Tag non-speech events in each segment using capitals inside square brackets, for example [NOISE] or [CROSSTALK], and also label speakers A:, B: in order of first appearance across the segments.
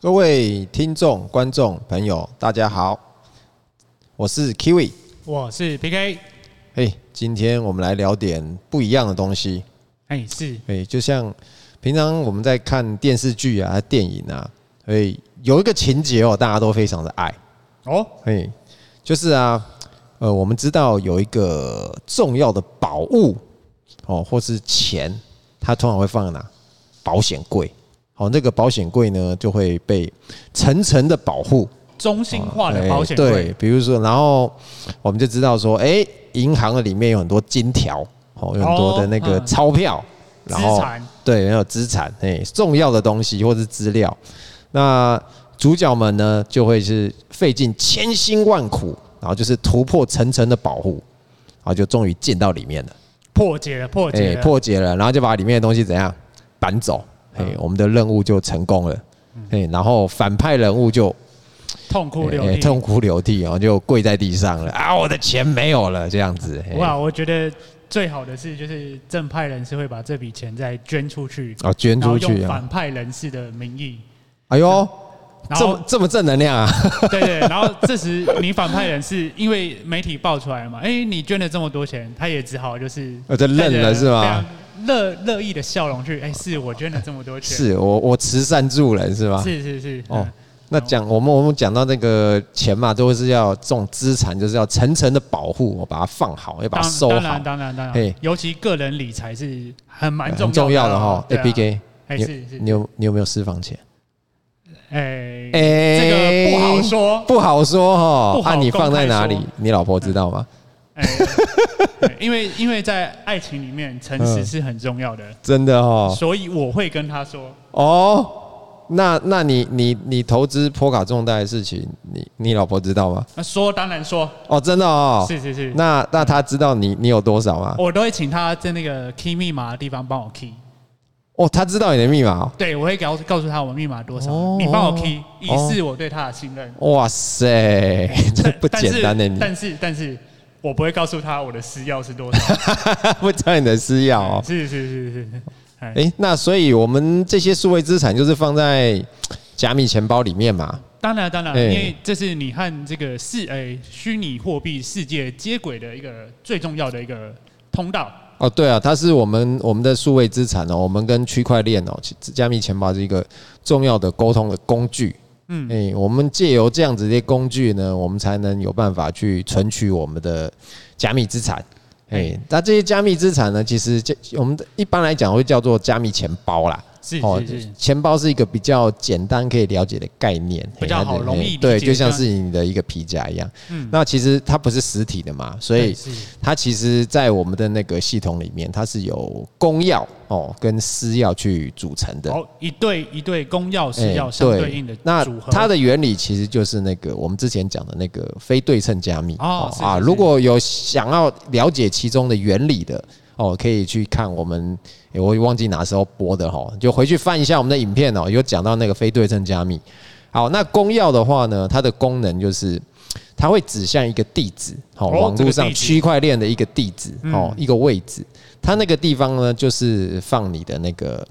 A: 各位听众、观众朋友，大家好，我是 Kiwi。
B: 我是 PK，
A: 嘿，今天我们来聊点不一样的东西。
B: 哎、是
A: 哎，就像平常我们在看电视剧啊、电影啊，哎，有一个情节哦，大家都非常的爱。
B: 哦，
A: 嘿，就是啊，呃，我们知道有一个重要的宝物哦，或是钱，它通常会放在哪？保险柜。好、那个保险柜呢，就会被层层的保护。
B: 中心化的
A: 哎
B: 保险柜，
A: 对，比如说，然后我们就知道说，哎、银行的里面有很多金条，哦，有很多的那个
B: 嗯
A: 钞票，
B: 资
A: 然后
B: 产
A: 对，然后资产，哎、重要的东西或是资料，那主角们呢就会是费尽千辛万苦，然后就是突破层层的保护，然后就终于进到里面了。
B: 破解了，破解了，
A: 哎破解了，然后就把里面的东西怎样搬走，哎、
B: 嗯
A: 我们的任务就成功了，哎、然后反派人物就
B: 痛哭流
A: 哎哎
B: 涕。
A: 痛哭流涕，然后就跪在地上了啊，我的钱没有了，这样子，哎
B: 哇，我觉得最好的是，就是正派人士会把这笔钱再捐出去，
A: 啊，捐
B: 然后
A: 出去
B: 用
A: 啊，
B: 反派人士的名义，
A: 哎呦，
B: 然
A: 这
B: 后
A: 么这么正能量啊，
B: [LAUGHS]
A: [LAUGHS]
B: 对对，然后这时你反派人士因为媒体爆出来了嘛，哎、你捐了这么多钱，他也只好就是
A: 我就
B: 带
A: 愣
B: 着
A: 呃了是
B: 非
A: 吗
B: 常？乐乐意的笑容去，哎、是我捐了这么多钱，
A: 是我我慈善助人是吧？
B: 是是是，
A: 哦
B: 嗯，
A: 那讲我们我们讲到那个钱嘛，都是要这种资产，就是要层层的保护，我把它放好，要把
B: 当
A: 它收
B: 当
A: 好
B: 然，当然当
A: 嘿
B: 然，尤其个人理财是很蛮
A: 很重
B: 重
A: 要
B: 的
A: 的哈。
B: 对
A: 哎
B: 啊
A: ，B K，
B: 哎
A: 你
B: 是是
A: 你有你有没有私房钱？
B: 哎
A: 哎，
B: 这个不好，说，
A: 不好说哈。
B: 不好
A: 啊，你放在哪
B: 公
A: 里
B: 开说？
A: 你老婆知道吗？
B: 哎哎因为因为在爱情里面诚实是很重要的，
A: 真的哈。
B: 所以我会跟他说，
A: 哦，那那你你你投资波卡重大的事情，你你老婆知道吗？
B: 那说当然说，
A: 哦，真的哦。
B: 是是是，
A: 那那她知道你你有多少吗？
B: 我都会请他在那个 key 密码的地方帮我 key，
A: 哦，她知道你的密码哦。
B: 对我会告告诉他我密码多少
A: 哦，
B: 你帮我 key，
A: 哦
B: 以示我对他的信任。
A: 哇塞， [LAUGHS] 这
B: 但
A: [LAUGHS] 不简单的
B: 但是
A: 你，
B: 但是但是我不会告诉他我的私钥是多少。
A: [LAUGHS] 不知道你的私钥哦。
B: 是是是是是，哎、
A: 哎、那所以我们这些数位资产就是放在加密钱包里面嘛。
B: 当然当然，
A: 哎
B: 因为这是你和这个世哎虚拟货币世界接轨的一个最重要的一个通道。
A: 哦，对啊，它是我们我们的数位资产哦，我们跟区块链哦，其加密钱包是一个重要的沟通的工具。嗯，哎、我们借由这样子的工具呢，我们才能有办法去存取我们的加密资产。哎
B: 哎，
A: 那这些加密资产呢，其实这我们的一般来讲会叫做加密钱包啦。
B: 是
A: 哦
B: 是是，，
A: 钱包是一个比较简单可以了解的概念，
B: 比较好
A: 嘿
B: 容易理
A: 对，
B: 解啊
A: 就像是你的一个皮夹一样。
B: 嗯
A: 那其实它不是实体的嘛，所以
B: 对是
A: 它其实，在我们的那个系统里面，它是有公钥哦跟私钥去组成的。
B: 好一对一对公钥私
A: 哎
B: 钥相对应的
A: 那
B: 组合。嗯
A: 它的原理其实就是那个我们之前讲的那个非对称加密
B: 哦是
A: 啊。
B: 是是
A: 如果有想要了解其中的原理的哦，可以去看我们，诶我忘记哪时候播的哈，就回去翻一下我们的影片哦，有讲到那个非对称加密。好，那公钥的话呢，它的功能就是它会指向一个地址，哦，
B: 哦
A: 网
B: 这
A: 络
B: 个
A: 上
B: 地址嗯
A: 区块链的一个地址，哦，一个位置。它那个地方呢，就是放你的那个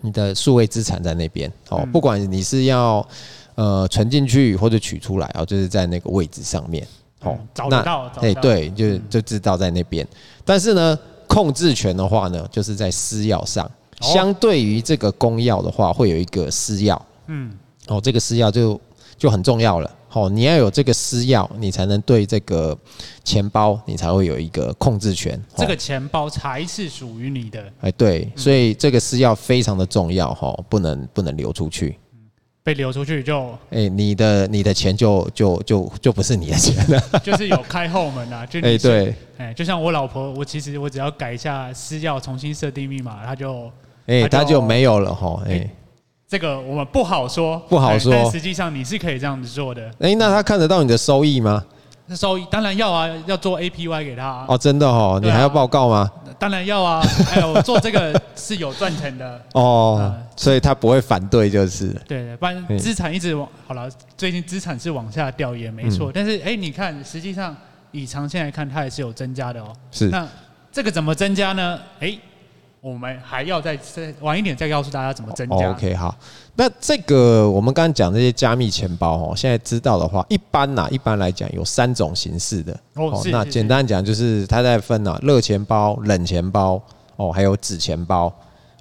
A: 你的数位资产在那边哦，
B: 嗯
A: 不管你是要呃存进去或者取出来哦，就是在那个位置上面哦
B: 嗯，找
A: 那
B: 得到找
A: 哎、
B: 得到嗯
A: 对，就就知道在那边。但是呢，控制权的话呢，就是在私钥上。
B: 哦
A: 相对于这个公钥的话，会有一个私钥。
B: 嗯，
A: 哦，这个私钥就就很重要了。哦，你要有这个私钥，你才能对这个钱包，你才会有一个控制权。哦
B: 这个嗯钱包才是属于你的，
A: 哎，对，所以这个私钥非常的重要哈、哦，不能不能流出去。
B: 被流出去就 [LAUGHS]
A: 哎，你的你的钱就就就就不是你的钱了。
B: 就是有开后门啊，就
A: 哎，
B: 你
A: 对，
B: 哎，就像我老婆，我其实我只要改一下私钥，重新设定密码，她就
A: 哎，
B: 他
A: 他
B: 就
A: 就没有了哈、哦。哎
B: 哎这个我们不好说，
A: 不好
B: 哎
A: 说
B: 但实际上你是可以这样子做的。
A: 哎，那他看得到你的收益吗？
B: 那收益当然要啊，要做 APY 给他、啊，
A: 哦，真的哦，你
B: 对啊
A: 还要报告吗？
B: 当然
A: [LAUGHS]
B: 要啊。哎，我做这个是有赚钱的，
A: 哦
B: 啊，
A: 所以他不会反对就是了。
B: 对对，不然
A: 嗯
B: 资产一直往好了，最近资产是往下掉也没
A: 嗯
B: 错，但是哎，你看实际上以长线来看，它也是有增加的哦。
A: 是
B: 那这个怎么增加呢？哎，我们还要再再晚一点再告诉大家怎么增加。
A: 哦 OK，好，那这个我们刚刚讲这些加密钱包哦，现在知道的话，一般呐、一般来讲有三种形式的
B: 哦是
A: 那
B: 是
A: 简
B: 是
A: 单讲就是它在分啊，热钱包、冷钱包哦，还有纸钱包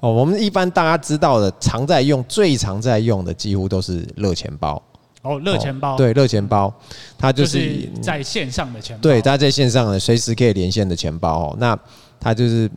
A: 哦。我们一般大家知道的，常在用、最常在用的，几乎都是热钱包。
B: 哦，热钱包，
A: 哦，对，热钱包，它
B: 就
A: 就是
B: 是哦在线上的钱包，
A: 对，大家在线上呢，随时可以连线的钱包哦。那它就是，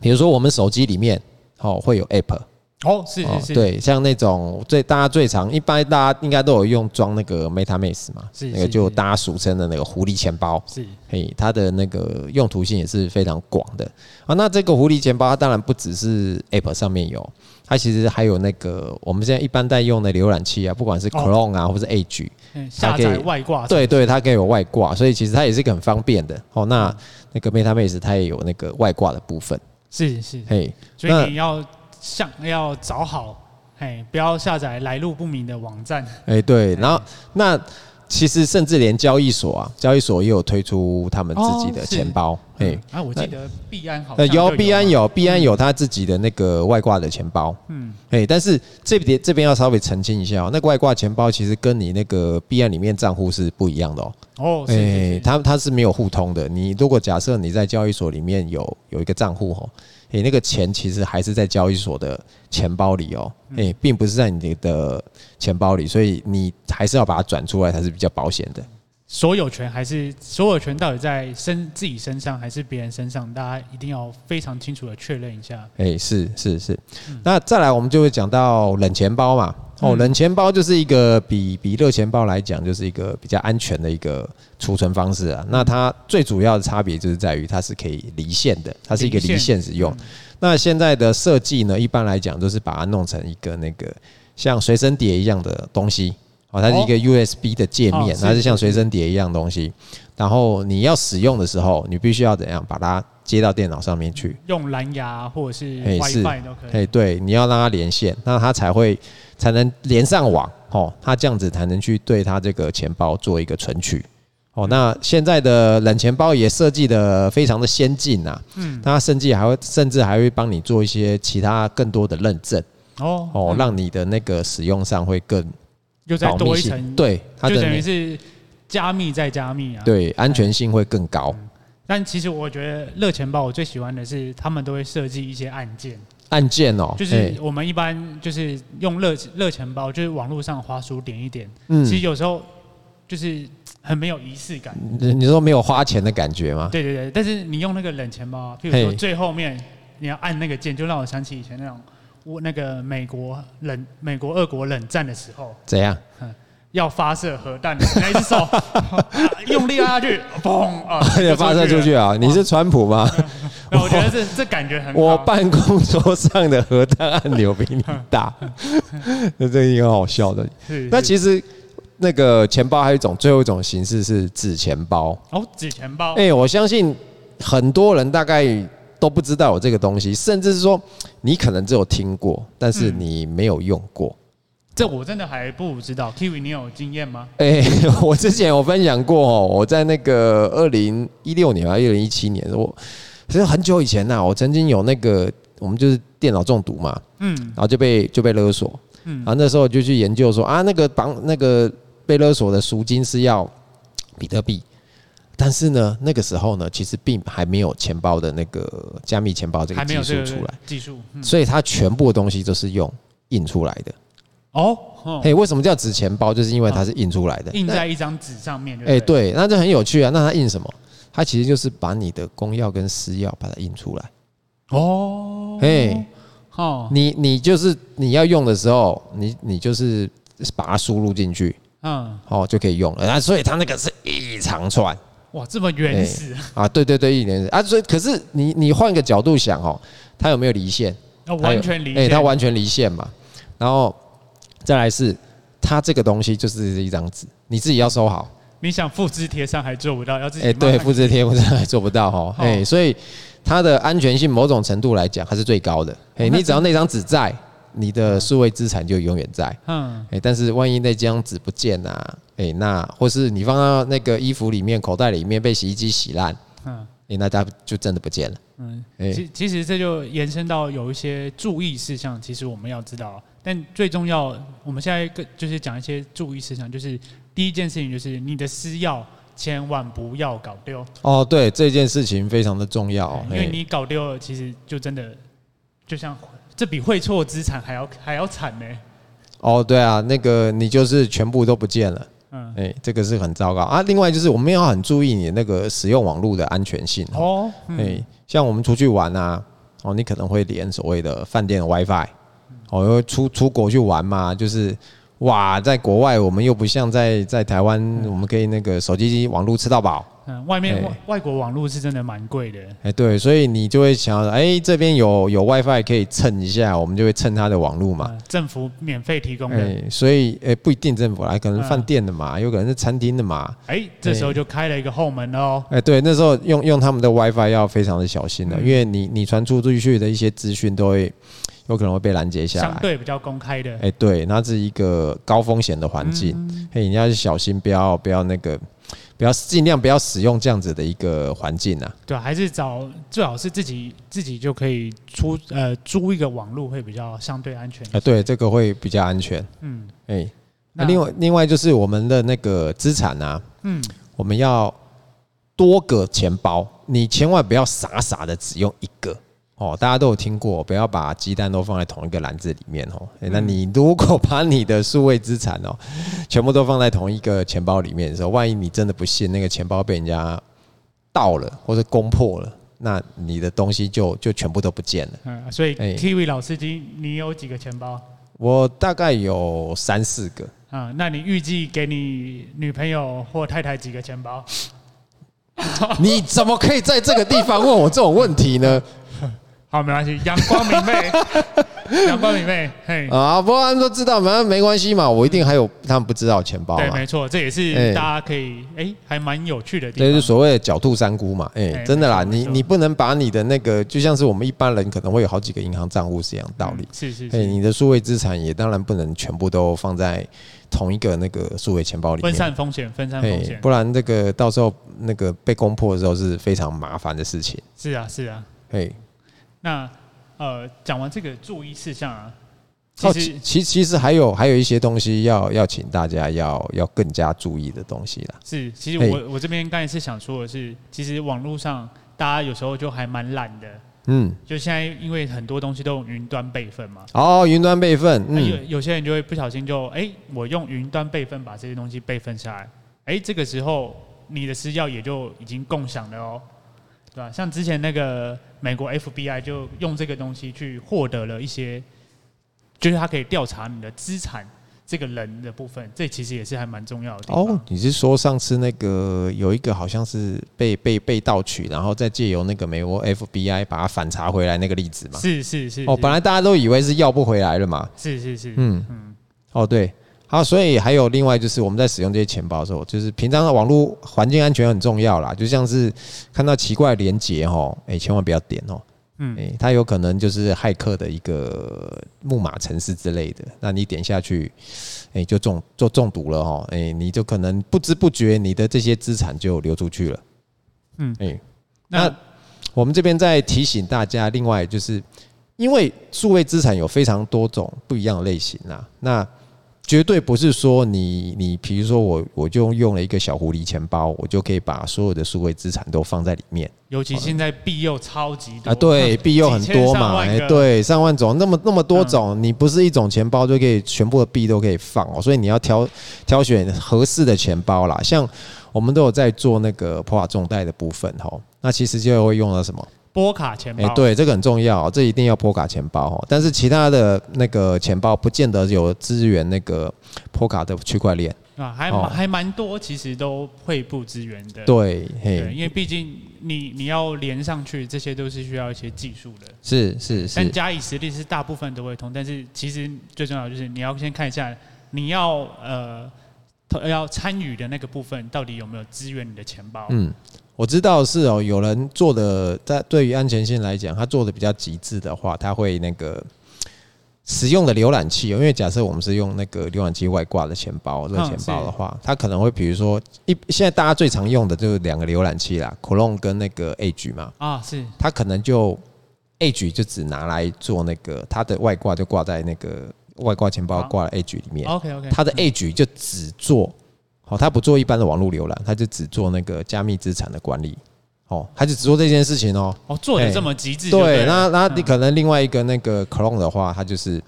A: 比如说我们手机里面哦会有 App，
B: 哦，是是是，，
A: 对，像那种最大家最常，一般大家应该都有用装那个 MetaMask 嘛，
B: 是
A: 那个
B: 是
A: 就是大家俗称的那个狐狸钱包。
B: 是
A: 嘿，它的那个用途性也是非常广的啊。那这个狐狸钱包，它当然不只是 App 上面有，它其实还有那个我们现在一般在用的浏览器啊，不
B: 哦
A: 管是 Chrome 啊，或是 Edge，
B: 嗯
A: 还
B: 下
A: 可以
B: 载外挂，
A: 对对，它可以有外挂，所以其实它也是一个很方便的。哦，
B: 嗯
A: 那那个 MetaMask 它也有那个外挂的部分。
B: 是是，
A: 嘿，
B: 所
A: 那
B: 以你要像要找好，哎，不要下载来路不明的网站，
A: 哎、对，然后那其实甚至连交易所啊，交易所也有推出他们自己的
B: 哦是
A: 钱包，哎、
B: 嗯啊，我记得币安好
A: 那
B: 像就
A: 有
B: 有啊
A: 币安
B: 嘛，
A: 有币安有他自己的那个外挂的钱包，
B: 嗯，
A: 哎、但是这边这边要稍微澄清一下哦、那个外挂钱包其实跟你那个币安里面账户是不一样的哦、
B: 哦，是是
A: 哎、
B: 是，
A: 它它是没有互通的。你如果假设你在交易所里面有有一个账户哦，你、那个钱其实还是在交易所的钱包里哦，哎、
B: 嗯
A: 并不是在你的钱包里，所以你还是要把它转出来才是比较保险的。
B: 所有权还是所有权到底在身自己身上还是别人身上，大家一定要非常清楚的确认一下。
A: 哎、是是是。那再来，我们就会讲到冷钱包嘛。哦，
B: 嗯
A: 冷钱包就是一个比比热钱包来讲，就是一个比较安全的一个储存方式啊。那它最主要的差别就是在于它是可以离线的，它是一个离线使用。
B: 嗯
A: 那现在的设计呢，一般来讲都是把它弄成一个那个像随身碟一样的东西。哦，它是一个 USB 的界面，
B: 哦
A: 它是
B: 是
A: 像
B: 是
A: 随身碟一样的东西。然后你要使用的时候，你必须要怎样把它接到电脑上面去。
B: 用蓝牙或者是
A: 哎是
B: WiFi 都可以。
A: 哎，对，你要让它连线，那它才会才能连上网哦，它这样子才能去对它这个钱包做一个存取。
B: 嗯
A: 哦，那现在的冷钱包也设计的非常的先进啊，
B: 嗯，
A: 它甚至还会甚至还会帮你做一些其他更多的认证
B: 哦
A: 哦，
B: 嗯
A: 让你的那个使用上会更
B: 又再
A: 保密
B: 多一
A: 性，
B: 层，，
A: 对它
B: 就
A: 的
B: 等于
A: 那
B: 是加密再加密啊。。
A: 对安全性会更高。
B: 嗯但其实我觉得热钱包我最喜欢的是，他们都会设计一些按键，
A: 按键哦，
B: 就是我们一般就是用热热钱包，就是网络上滑鼠点一点，
A: 嗯
B: 其实有时候就是很没有仪式感。
A: 你你说没有花钱的感觉吗？
B: 对对对，但是你用那个冷钱包啊，譬如说
A: 嘿
B: 最后面你要按那个键，就让我想起以前那种我那个美国冷美国俄国冷战的时候，
A: 怎
B: [LAUGHS]
A: 样？，
B: 要发射核弹的那一只手 [LAUGHS] 啊用力拉下去，砰啊
A: [LAUGHS] 发射出去
B: 了。
A: 啊！你是川普吗？
B: 那我觉得这这感觉嗯很好。
A: 我办公桌上的核弹按钮比你大，
B: [LAUGHS]
A: 那这一个很好笑的。
B: 是
A: 那
B: 是
A: 其实那个钱包还有一种，最后一种形式是纸钱包。
B: 哦，纸钱包，
A: 哎、我相信很多人大概都不知道有这个东西，甚至是说你可能只有听过，但是你没有用过。
B: 这我真的还不知道。Kiwi，你有经验吗？
A: 哎、我之前有分享过哦，我在那个二零一六年还是二零一七年，我其实很久以前呐、我曾经有那个我们就是电脑中毒嘛，
B: 嗯
A: 然后就被就被勒索，
B: 嗯
A: 然后那时候就去研究说啊，那个绑那个被勒索的赎金是要比特币，但是呢，那个时候呢，其实并还没有钱包的那个加密钱包这个
B: 还没
A: 技
B: 有
A: 术
B: 这个
A: 出来，
B: 技术。嗯
A: 所以它全部的东西都是用印出来的。
B: 哦，哦
A: 嘿，为什么叫纸钱包？就是因为它是印出来的。
B: 印
A: 那
B: 在一张纸上面就
A: 哎、
B: 对了。
A: 对，那这很有趣啊。那它印什么？它其实就是把你的公钥跟私钥把它印出来。
B: 哦，
A: 嘿，
B: 哦，
A: 你你就是你要用的时候，你你就是把它输入进去，
B: 嗯，
A: 哦，就可以用了。啊，所以它那个是一长串
B: 哇，这么原始
A: 啊，对对对，一年啊，所以可是你你换个角度想哦，它有没有离线？
B: [LAUGHS] 那
A: 它有
B: 完全理
A: 哎
B: 解。
A: 它完全离线嘛。然后再来是它这个东西就是一张纸，你自己要收好。
B: 你想复制贴上还做不到，要自己
A: 哎，对，
B: 慢慢
A: 复制贴我真的还做不到哦。
B: 哦
A: 哎，所以它的安全性某种程度来讲，它是最高的。哎，
B: 哦那
A: 你只要那张纸在，你的数位资产就永远在。
B: 嗯，
A: 哎、但是万一那张纸不见啊，哎、那或是你放到那个衣服里面、口袋里面被洗衣机洗烂，
B: 嗯
A: 诶那它就真的不见了。
B: 嗯，
A: 哎
B: 其其实这就延伸到有一些注意事项，其实我们要知道。但最重要，我们现在更就是讲一些注意事项，就是第一件事情就是你的私钥千万不要搞丢，
A: 哦，对，这件事情非常的重要哦，
B: 因为
A: 嘿
B: 你搞丢了，其实就真的就像这比汇错资产还要还要惨呢、
A: 哦，对啊，那个你就是全部都不见了，
B: 嗯，
A: 哎、这个是很糟糕啊。另外就是我们要很注意你那个使用网络的安全性哦。
B: 哦，
A: 哎、
B: 嗯，
A: 像我们出去玩啊，哦，你可能会连所谓的饭店的 WiFi，哦，因为出出国去玩嘛，就是哇，在国外我们又不像在在台湾，我们可以那个手机网络吃到饱。
B: 嗯，外面
A: 哎
B: 外外国网络是真的蛮贵的，
A: 哎、对，所以你就会想要，哎、这边有有 WiFi 可以蹭一下，我们就会蹭它的网络嘛。
B: 嗯政府免费提供
A: 哎、
B: 的，
A: 所以哎、不一定政府来，可能
B: 嗯
A: 饭店的嘛，有可能是餐厅的嘛。
B: 哎，这时候就开了一个后门了哦，
A: 哎、对，那时候用用他们的 WiFi 要非常的小心的，
B: 嗯
A: 因为你你传出去的一些资讯都会有可能会被拦截下
B: 相
A: 来。
B: 对比较公开的
A: 哎、，对，那是一个高风险的环境，嘿、你要小心，不要不要那个，不要尽量不要使用这样子的一个环境啊。
B: 对，还是找最好是自己自己就可以出呃租一个网络会比较相对安全
A: 哎、。对，这个会比较安全。
B: 嗯，
A: 哎、那
B: 那
A: 另外另外就是我们的那个资产啊，
B: 嗯，
A: 我们要多个钱包，你千万不要傻傻的只用一个。哦，大家都有听过，不要把鸡蛋都放在同一个篮子里面哦。诶
B: 嗯
A: 那你如果把你的数位资产哦，全部都放在同一个钱包里面的时候，万一你真的不幸那个钱包被人家盗了或者攻破了，那你的东西就就全部都不见了。
B: 嗯，所以
A: 哎
B: Kiwi 老司机，你有几个钱包？
A: 我大概有三四个，
B: 啊、那你预计给你女朋友或太太几个钱包？
A: 你怎么可以在这个地方问我这种问题呢？
B: 好，没关系，阳光明
A: [LAUGHS]
B: 媚，阳光明媚，嘿，
A: 啊，不过他们都知道，反正没关系嘛，我一定还有他们不知道的钱包啊
B: 对，
A: 嘛。
B: 没错，这也
A: 哎
B: 是大家可以哎、还蛮有趣的地
A: 这就是
B: 方。
A: 所谓的狡兔三姑嘛，哎、
B: 哎
A: 真的啦，
B: 没错
A: 你
B: 没错
A: 你不能把你的那个，就像是我们一般人可能会有好几个银行账户是一样的道理
B: 嗯，是是
A: 哎、
B: 是，
A: 你的数位资产也当然不能全部都放在同一个那个数位钱包里
B: 分
A: 面，
B: 散风险，分散
A: 哎
B: 风险，
A: 不然这个到时候那个被攻破的时候是非常麻烦的事情，
B: 是啊是啊。
A: 哎、
B: 那呃，讲完这个注意事项啊，
A: 哦，
B: 其实、
A: 其其其实还有还有一些东西要要请大家要要更加注意的东西啦。
B: 是，其实
A: 嘿
B: 我我这边刚才是想说的是，其实网络上大家有时候就还蛮懒的，
A: 嗯，
B: 就现在因为很多东西都用云端备份嘛，
A: 哦，云端备份，
B: 那
A: 嗯
B: 有，有些人就会不小心就哎、我用云端备份把这些东西备份下来，哎、这个时候你的私钥也就已经共享了哦。对吧？像之前那个美国 FBI 就用这个东西去获得了一些，就是他可以调查你的资产这个人的部分，这其实也是还蛮重要的地方。
A: 哦，你是说上次那个有一个好像是被被被盗取，然后再借由那个美国 FBI 把它反查回来那个例子吗？
B: 是是是
A: 哦，
B: 是
A: 本来大家都以为是要不回来了嘛。
B: 是是是，
A: 嗯
B: 嗯，
A: 哦，对，好，所以还有另外就是我们在使用这些钱包的时候，就是平常的网络环境安全很重要啦，就像是看到奇怪的连接哦，哎、千万不要点哦。
B: 嗯
A: 诶、它有可能就是骇客的一个木马城市之类的，那你点下去，诶、就中就中毒了哈，诶、你就可能不知不觉你的这些资产就流出去了。哎
B: 嗯
A: 诶、
B: 那
A: 那我们这边再提醒大家，另外就是因为数位资产有非常多种不一样的类型啊，那绝对不是说你你比如说我我就用了一个小狐狸钱包，我就可以把所有的数位资产都放在里面。
B: 尤其现在庇佑超级多
A: 啊， [LAUGHS] 对，庇佑很多嘛，哎、
B: 哎，
A: 对，上万嗯种，那么那么多种，你不是一种钱包就可以全部的币都可以放哦，所以你要挑挑选合适的钱包啦。像我们都有在做那个普法重贷的部分吼，那其实就会用到什么？
B: 波卡钱
A: 哎、
B: 包，，
A: 对，这个很重要哦，这一定要波卡钱包哦。但是其他的那个钱包不见得有支援那个波卡的区块链。
B: 啊，还
A: 哦
B: 蛮还蛮多，其实都会不支援的，
A: 对，
B: 对，因
A: 嘿，
B: 为毕竟你你要连上去，这些都是需要一些技术的。
A: 是是
B: 但
A: 是，
B: 加以实力是大部分都会通，但是其实最重要的就是你要先看一下，你要呃要参与的那个部分到底有没有支援你的钱包，
A: 嗯，我知道是哦，有人做的在对于安全性来讲，他做的比较极致的话，他会那个使用的浏览器哦，因为假设我们是用那个浏览器外挂的钱包，哦这个
B: 嗯
A: 钱包的话，它可能会比如说一现在大家最常用的就是两个浏览器啦，Chrome 跟那个 Edge 嘛，
B: 啊，是
A: 它可能就 Edge 就只拿来做那个它的外挂就挂在那个外挂钱包
B: 好
A: 挂在 Edge 里面，
B: OK OK，
A: 它的 Edge 就只做好，它不做一般的网络浏览，它就只做那个加密资产的管理，哦，它就只做这件事情哦。
B: 哦做的
A: 哎
B: 这么极致就
A: 对，
B: 了
A: 那那
B: 嗯
A: 你可能另外一个那个 Chrome 的话，它就是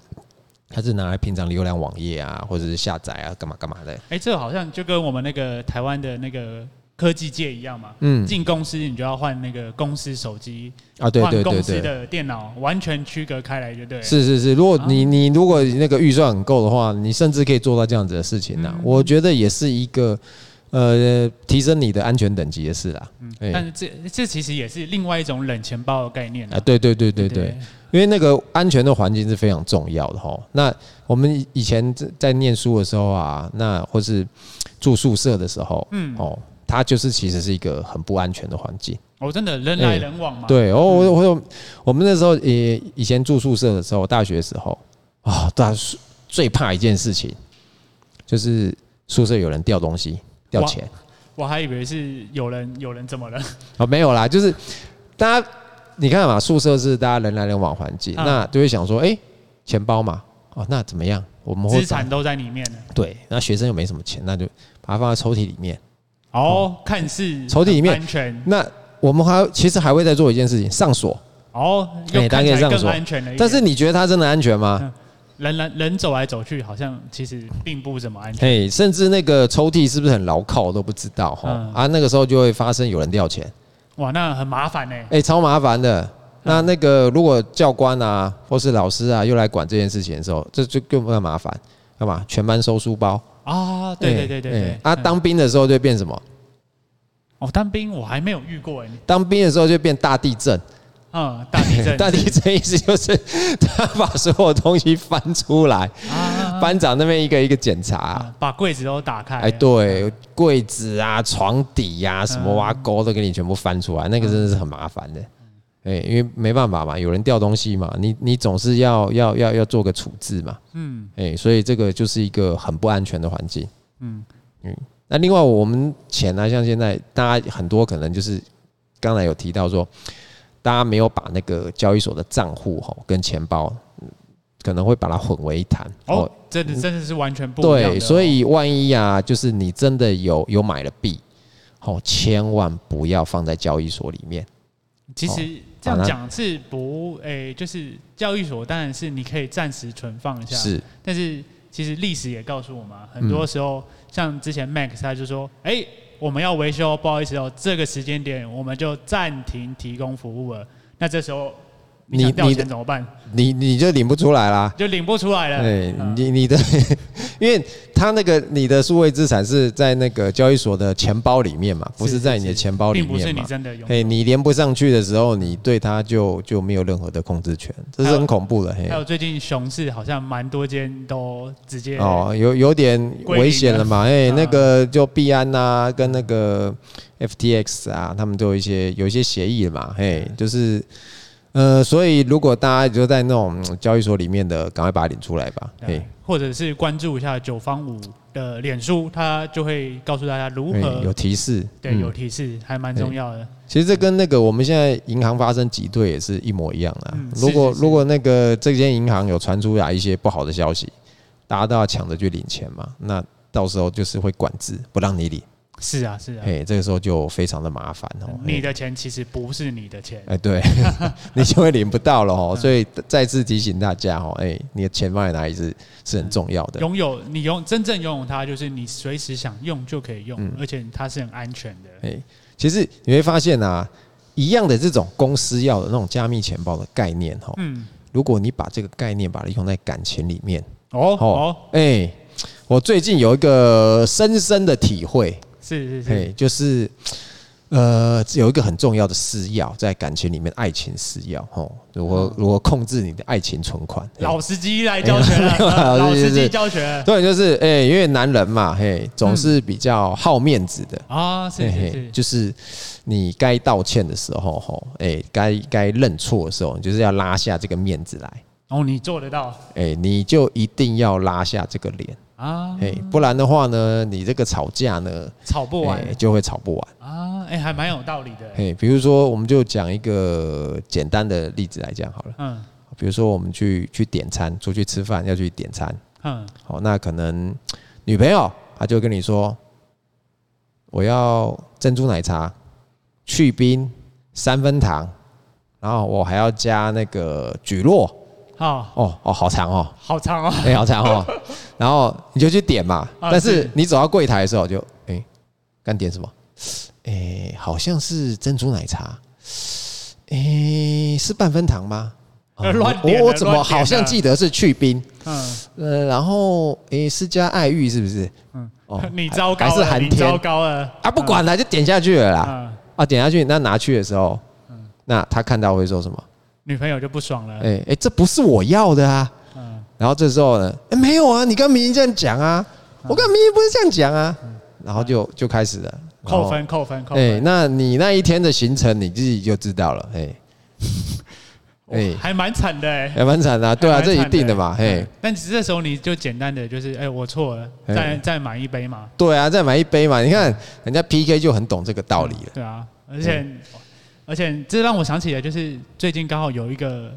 A: 它是拿来平常浏览网页啊，或者是下载啊，干嘛干嘛的。
B: 哎、这个好像就跟我们那个台湾的那个科技界一样嘛。
A: 嗯，
B: 进公司你就要换那个公司手机，
A: 啊，对
B: 换
A: 对
B: 公
A: 对
B: 司
A: 对，
B: 的电脑，完全区隔开来，就对了。
A: 是是是。如果
B: 啊
A: 你你如果那个预算很够的话，你甚至可以做到这样子的事情呐、啊
B: 嗯
A: 我觉得也是一个呃提升你的安全等级的事啦。嗯，
B: 但是这这其实也是另外一种冷钱包的概念
A: 啊，对对对对对。因为那个安全的环境是非常重要的哈。那我们以前在在念书的时候啊，那或是住宿舍的时候，嗯，哦，它就是其实是一个很不安全的环境。
B: 哦，真的人来人往嘛。
A: 对，哦，
B: 嗯
A: 我我我们那时候也以前住宿舍的时候，大学的时候啊，大宿最怕一件事情就是宿舍有人掉东西、掉
B: 哇
A: 钱。
B: 我还以为是有人有人怎么了？
A: 哦，没有啦，就是大家你看嘛，宿舍是大家人来人往环境，
B: 嗯
A: 那就会想说，哎、钱包嘛，哦，那怎么样？我们会
B: 资产都在里面了。
A: 把对，那学生又没什么钱，那就把它放在抽屉里面。
B: 哦，看似
A: 抽屉里面
B: 很安全，
A: 那我们还其实还会再做一件事情，上锁。
B: 哦，
A: 哎
B: 又看
A: 大家可以
B: 起
A: 这
B: 来
A: 样
B: 更
A: 说
B: 安全了一点。
A: 但是你觉得它真的安全吗？
B: 人来人走来走去，好像其实并不怎么安全。
A: 哎、甚至那个抽屉是不是很牢靠，我都不知道哈。
B: 嗯
A: 啊，那个时候就会发生有人掉钱，
B: 哇，那很麻烦呢、
A: 哎、超麻烦
B: 嗯
A: 的。那那个如果教官啊，或是老师啊，又来管这件事情的时候，这就更麻烦，干嘛？全班收书包。
B: 啊，对对对对对。
A: 哎哎啊，
B: 嗯
A: 当兵的时候就变什么？
B: 哦，当兵我还没有遇过哎、你
A: 当兵的时候就变大地震。
B: 嗯，大地震，
A: [LAUGHS] 大地震意思就是 [LAUGHS] 他把所有东西翻出来，
B: 啊，
A: 班长那边一个一个检查。
B: 啊把柜子都打开，
A: 哎，
B: 嗯
A: 对，柜子啊、床底呀、什么挖沟都给你全部翻出来，那
B: 嗯
A: 个真的是很麻烦的。哎，因为没办法嘛，有人掉东西嘛，你你总是要要要要做个处置嘛。
B: 嗯，
A: 哎、所以这个就是一个很不安全的环境。
B: 嗯
A: 嗯嗯，那另外我们钱呢、像现在大家很多可能就是刚才有提到说，大家没有把那个交易所的账户哈跟钱包，嗯可能会把它混为一谈。
B: 哦，真的真的是完全不一样的
A: 对，
B: 哦
A: 所以万一啊，就是你真的有有买了币，哦，千万不要放在交易所里面。
B: 其
A: 哦
B: 实这样
A: 把它
B: 讲是不，哎，就是教育所当然是你可以暂时存放一下，，
A: 是，嗯
B: 但是其实历史也告诉我们啊，很多时候像之前 Max 他就说，哎，我们要维修，不好意思哦，这个时间点我们就暂停提供服务了，那这时候你
A: 你
B: 想调
A: 你
B: 钱怎么办？
A: 你你就领不出来啦。
B: 就领不出来了，
A: 对
B: 嗯
A: 你你的， [LAUGHS] 因为他那个你的数位资产是在那个交易所的钱包里面嘛，不
B: 是
A: 是在你的钱包里
B: 并不是
A: 面
B: 你
A: 嘛。
B: 真的拥有。
A: 嘿，你连不上去的时候，你对它就就没有任何的控制权，这是
B: 还有
A: 很恐怖的。嘿
B: 还，有最近熊市好像蛮多间都直接
A: 哦，有有点
B: 归零
A: 危险了嘛。哎，
B: 嗯
A: 那个就币安呐，跟那个 FTX 啊，他们都有一些有一些协议了嘛。嘿，就是呃，所以如果大家就在那种嗯交易所里面的，赶快把它领出来吧。
B: 对
A: 嘿，
B: 或者是关注一下九方五的脸书，它就会告诉大家如
A: 嘿
B: 何
A: 有提示，
B: 对
A: 嗯
B: 有提示，还蛮重要的。
A: 其实这跟那个我们现在银行发生挤兑也是一模一样啊
B: 嗯。
A: 如果
B: 是是是
A: 如果那个这间银行有传出来一些不好的消息，大家都要抢着去领钱嘛，那到时候就是会管制，不让你领。
B: 是啊，是啊，啊
A: 哎，这个时候就非常的麻烦哦。
B: 你
A: 嘿
B: 的钱其实不是你的钱，
A: 哎，对， [LAUGHS] 你就会领不到了哦。所以再次提醒大家哦，哎，你的钱放在哪里是是很重要的。
B: 拥有你拥真正拥有它，就是你随时想用就可以用，
A: 嗯
B: 而且它是很安全的。
A: 哎，其实你会发现啊，一样的这种公司要的那种加密钱包的概念哦，
B: 嗯，
A: 如果你把这个概念把它用在感情里面。
B: 哦
A: 哦
B: 哦，
A: 哎、我最近有一个深深的体会，
B: 是是
A: 哎、
B: 是，
A: 就是呃，有一个很重要的私钥，在感情里面，爱情私钥，哦，如
B: 嗯
A: 何如何控制你的爱情存款？哎
B: 老司机来教学了，啊
A: 哎
B: 老
A: 老
B: 司
A: 司机
B: 机
A: 是
B: 教 [LAUGHS] 学
A: 对，就是哎、因为男人嘛，嘿、总是比较好面子的。
B: 啊，是
A: 嘿
B: 是
A: 嘿，
B: 是，
A: 就是你该道歉的时候，吼，哎，该该认错的时候，你就是要拉下这个面子来，
B: 然后哦你做得到
A: 哎，你就一定要拉下这个脸，
B: 啊，
A: 哎，不然的话呢，你这个吵架呢，
B: 吵不完
A: 哎就会吵不完。
B: 啊，哎，还蛮有道理的，
A: 哎，比如说，我们就讲一个简单的例子来讲好了。
B: 嗯
A: 比如说，我们去去点餐，出去吃饭要去点餐，
B: 嗯，
A: 好，那可能女朋友她就跟你说，我要珍珠奶茶、去冰、三分糖，然后我还要加那个蒟蒻，
B: 好，
A: 哦哦，好长哦，
B: 好长哦，
A: 哎、好长哦，然后你就去点嘛，
B: 啊
A: 但是
B: 是
A: 你走到柜台的时候就，哎、干点什么？哎、好像是珍珠奶茶，哎、是半分糖吗？哦
B: 呃 [LAUGHS] 乱点了
A: 我我怎么
B: 乱点了
A: 好像记得是去冰？
B: 嗯，
A: 呃，然后诶、是加爱玉是不是？嗯
B: 嗯，
A: 哦
B: [LAUGHS] 你糟糕
A: 还是
B: 了，
A: 寒
B: 你糟
A: 天
B: 糕了
A: 啊？不管了，就点下去了啦。
B: 啊，嗯
A: 啊，点下去，那拿去的时候，那他看到会说什么？
B: 女朋友就不爽了，
A: 诶、诶、这不是我要的啊。
B: 嗯，
A: 然后这时候呢，诶没有啊，你跟明明这样讲啊，
B: 嗯
A: 我跟明明不是这样讲啊，然后就就开始了
B: 扣。分扣分扣
A: 哦哎、诶
B: 分，
A: 那你那一天的行程你自己就知道了。
B: [LAUGHS]
A: 哎、诶
B: 哇还蛮惨的哎。
A: 还蛮惨的啊，对啊，
B: 还蛮
A: 这
B: 惨
A: 一定的嘛。嘿、
B: 嗯但是这时候你就简单的就是，哎，我错了，
A: 嘿
B: 再再买一杯嘛，
A: 对啊，再买一杯嘛。你看
B: 嗯
A: 人家 PK 就很懂这个道理了。
B: 对啊，而且
A: 哎
B: 而且这让我想起来，就是最近刚好有一个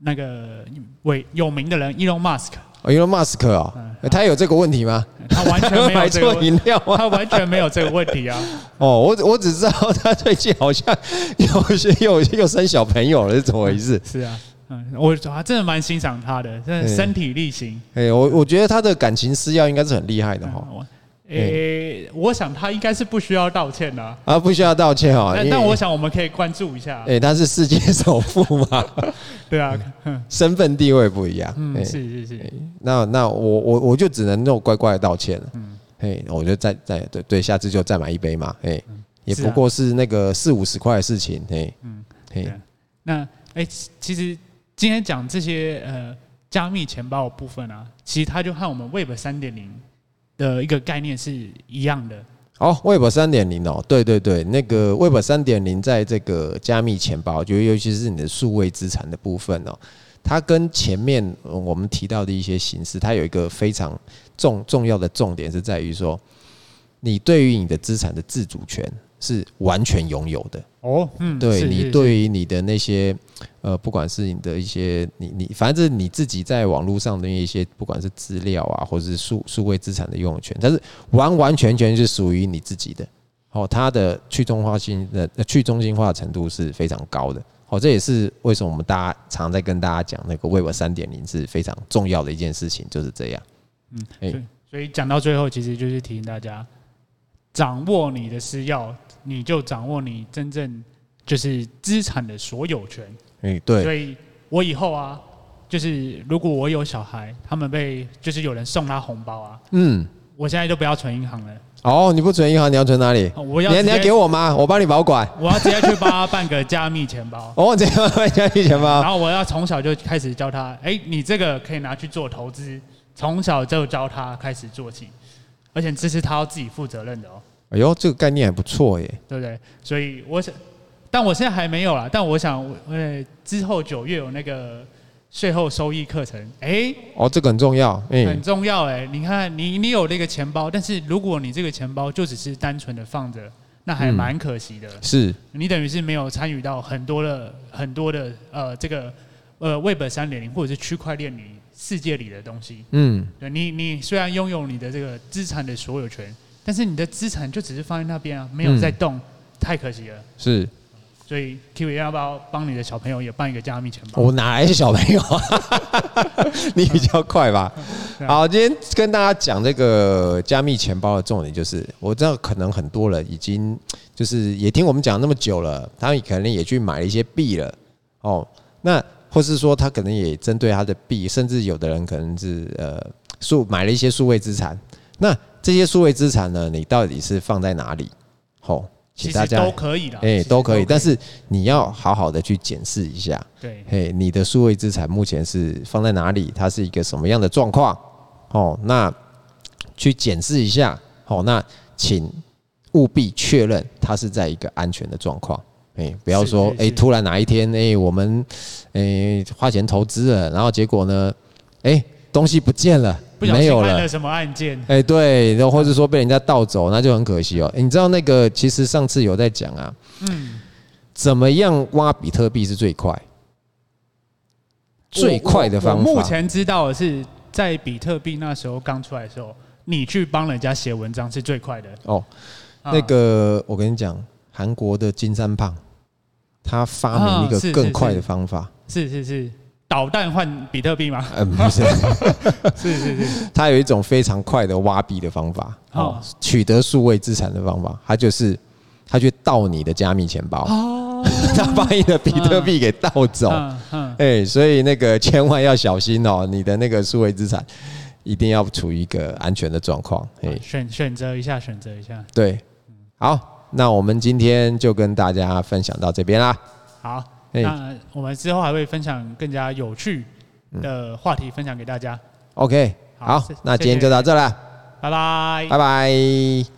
B: 那个伟有名的人 Elon Musk，
A: 哦，Elon Musk 哦
B: 嗯，
A: 诶他有这个问题吗？
B: 他
A: [LAUGHS]
B: 完全没有
A: 买
B: 这个
A: 错
B: 问，
A: 饮料啊！
B: 他完全没有这个问题啊，
A: 哦，我我只知道 [LAUGHS] 他最近好像 [LAUGHS] 有些又又生小朋友了，是怎么回事？
B: 是啊，嗯，我啊真的蛮欣赏他的，真的
A: 嗯
B: 身体力行。
A: 哎、我我觉得他的感情私药应该是很厉害的哦
B: 嗯
A: 哈、
B: 我诶、我想他应该是不需要道歉的、啊，
A: 啊，不需要道歉哦。因
B: 但
A: 为
B: 但我想我们可以关注一下啊
A: 哎、，他是世界首富
B: [LAUGHS]
A: 嘛，
B: 对啊，嗯
A: 身份地位不一样。哎
B: 嗯，是是是，
A: 那那我我我就只能那种乖乖的道歉了。嗯，哎，我就再再对对，下次就再买一杯嘛。哎、也
B: 是
A: 不
B: 啊
A: 过是那个四五十块的事情。哎、嗯
B: 嗯，
A: 哎、
B: 对啊那诶、其其实今天讲这些呃加密钱包的部分啊，其实它就和我们 Web 三点零的一个概念是一样的，
A: 哦，Web 三点零哦，对对对，那个 Web 三点零在这个加密钱包，就尤其是你的数位资产的部分哦，它跟前面呃我们提到的一些形式，它有一个非常重重要的重点是在于说，你对于你的资产的自主权是完全拥有的。
B: 哦，嗯，
A: 对
B: 是
A: 你
B: 是
A: 对于你的那些呃，不管是你的一些你你，反正你自己在网络上的一些，不管是资料啊，或者是数数位资产的拥有权，但是完完全全是属于你自己的。哦，它的去中化性的呃去中心化程度是非常高的。哦，这也是为什么我们大家常在跟大家讲那个 Web 三点零是非常重要的一件事情，就是这样。哎
B: 对，所以讲到最后，其实就是提醒大家，掌握你的私钥，你就掌握你真正就是资产的所有权。
A: 嗯，对，
B: 所以我以后啊，就是如果我有小孩，他们被就是有人送他红包啊，
A: 嗯，
B: 我现在就不要存银行了，
A: 哦，你不存银行，你要存哪里？
B: 我
A: 你
B: 要
A: 要
B: 直
A: 你要给
B: 接
A: 我吗？我帮你保管。
B: 我要直接去帮他办个加密钱
A: [LAUGHS]。
B: 包
A: 哦，这样会加密钱包
B: 然。后我要从小就开始教他，哎，你这个可以拿去做投资，从小就教他开始做起，而且这是他要自己负责任的哦。
A: 哎呦，这个概念还不错耶。
B: 对不对？所以我想，但我现在还没有啦。但我想，呃，之后九月有那个税后收益课程，哎，
A: 哦，这个很重要。
B: 很
A: 嗯，
B: 重要哎、你看，你你有那个钱包，但是如果你这个钱包就只是单纯的放着，那还
A: 嗯
B: 蛮可惜的。
A: 是
B: 你等于是没有参与到很多的很多的呃这个呃 Web 三点零或者是区块链里世界里的东西。
A: 嗯，
B: 对你，你虽然拥有你的这个资产的所有权，但是你的资产就只是放在那边啊，没有
A: 嗯
B: 在动，太可惜了。
A: 是
B: 所以 Q 要不要帮你的小朋友也办一个加密钱包？
A: [LAUGHS] 我哪来的小朋
B: [LAUGHS]
A: 友啊？你比较快吧。
B: 对啊
A: 好，今天跟大家讲这个加密钱包的重点就是，我知道可能很多人已经就是也听我们讲那么久了，他们可能也去买了一些币了哦。那或是说他可能也针对他的币，甚至有的人可能是呃数买了一些数位资产。那这些数位资产呢，你到底是放在哪里？哦，
B: 其
A: 请大
B: 实
A: 家
B: 都可以啦，啊
A: 哎、
B: 其实
A: 都可以，但是你要好好的去检视一下，
B: 对，
A: 嘿，你的数位资产目前是放在哪里？它是一个什么样的状况？哦，那去检视一下。哦，那请务必确认它是在一个安全的状况。哎、不要说
B: 是是
A: 哎、
B: 是
A: 突然哪一天哎、我们哎、花钱投资了，然后结果呢，哎、东西不见了，
B: 不小
A: 没
B: 心
A: 有
B: 按
A: 了
B: 了。什么按键，
A: 哎、对，然后或者说被人家盗走，那就很可惜哦、哎你知道那个，其实上次有在讲啊，
B: 嗯，
A: 怎么样挖比特币是最快、最快的方
B: 我
A: 法？
B: 我目前知道的是，在比特币那时候刚出来的时候，你去帮人家写文章是最快的。
A: 哦，
B: 啊
A: 那个我跟你讲，韩国的金三胖，他发明一
B: 啊是
A: 个
B: 是
A: 更快的方法，
B: 是是是，导弹换比特币吗？
A: 呃，不 [LAUGHS] 是，
B: 是是是，
A: 他有一种非常快的挖币的方法，哦
B: 哦，
A: 取得数位资产的方法，他就是他去盗你的加密钱包，
B: 哦，
A: 他把你的比特币给盗走，
B: 嗯嗯，
A: [LAUGHS] 哎，所以那个千万要小心哦，你的那个数位资产一定要处于一个安全的状况，哎，
B: 选选择一下，选择一下，
A: 对，好，那我们今天就跟大家分享到这边啦，
B: 好，
A: 哎
B: 那我们之后还会分享更加有趣的话题，分享给大家。
A: ，OK，好
B: 好谢，
A: 那今天就到这了，
B: 拜拜。
A: 拜拜。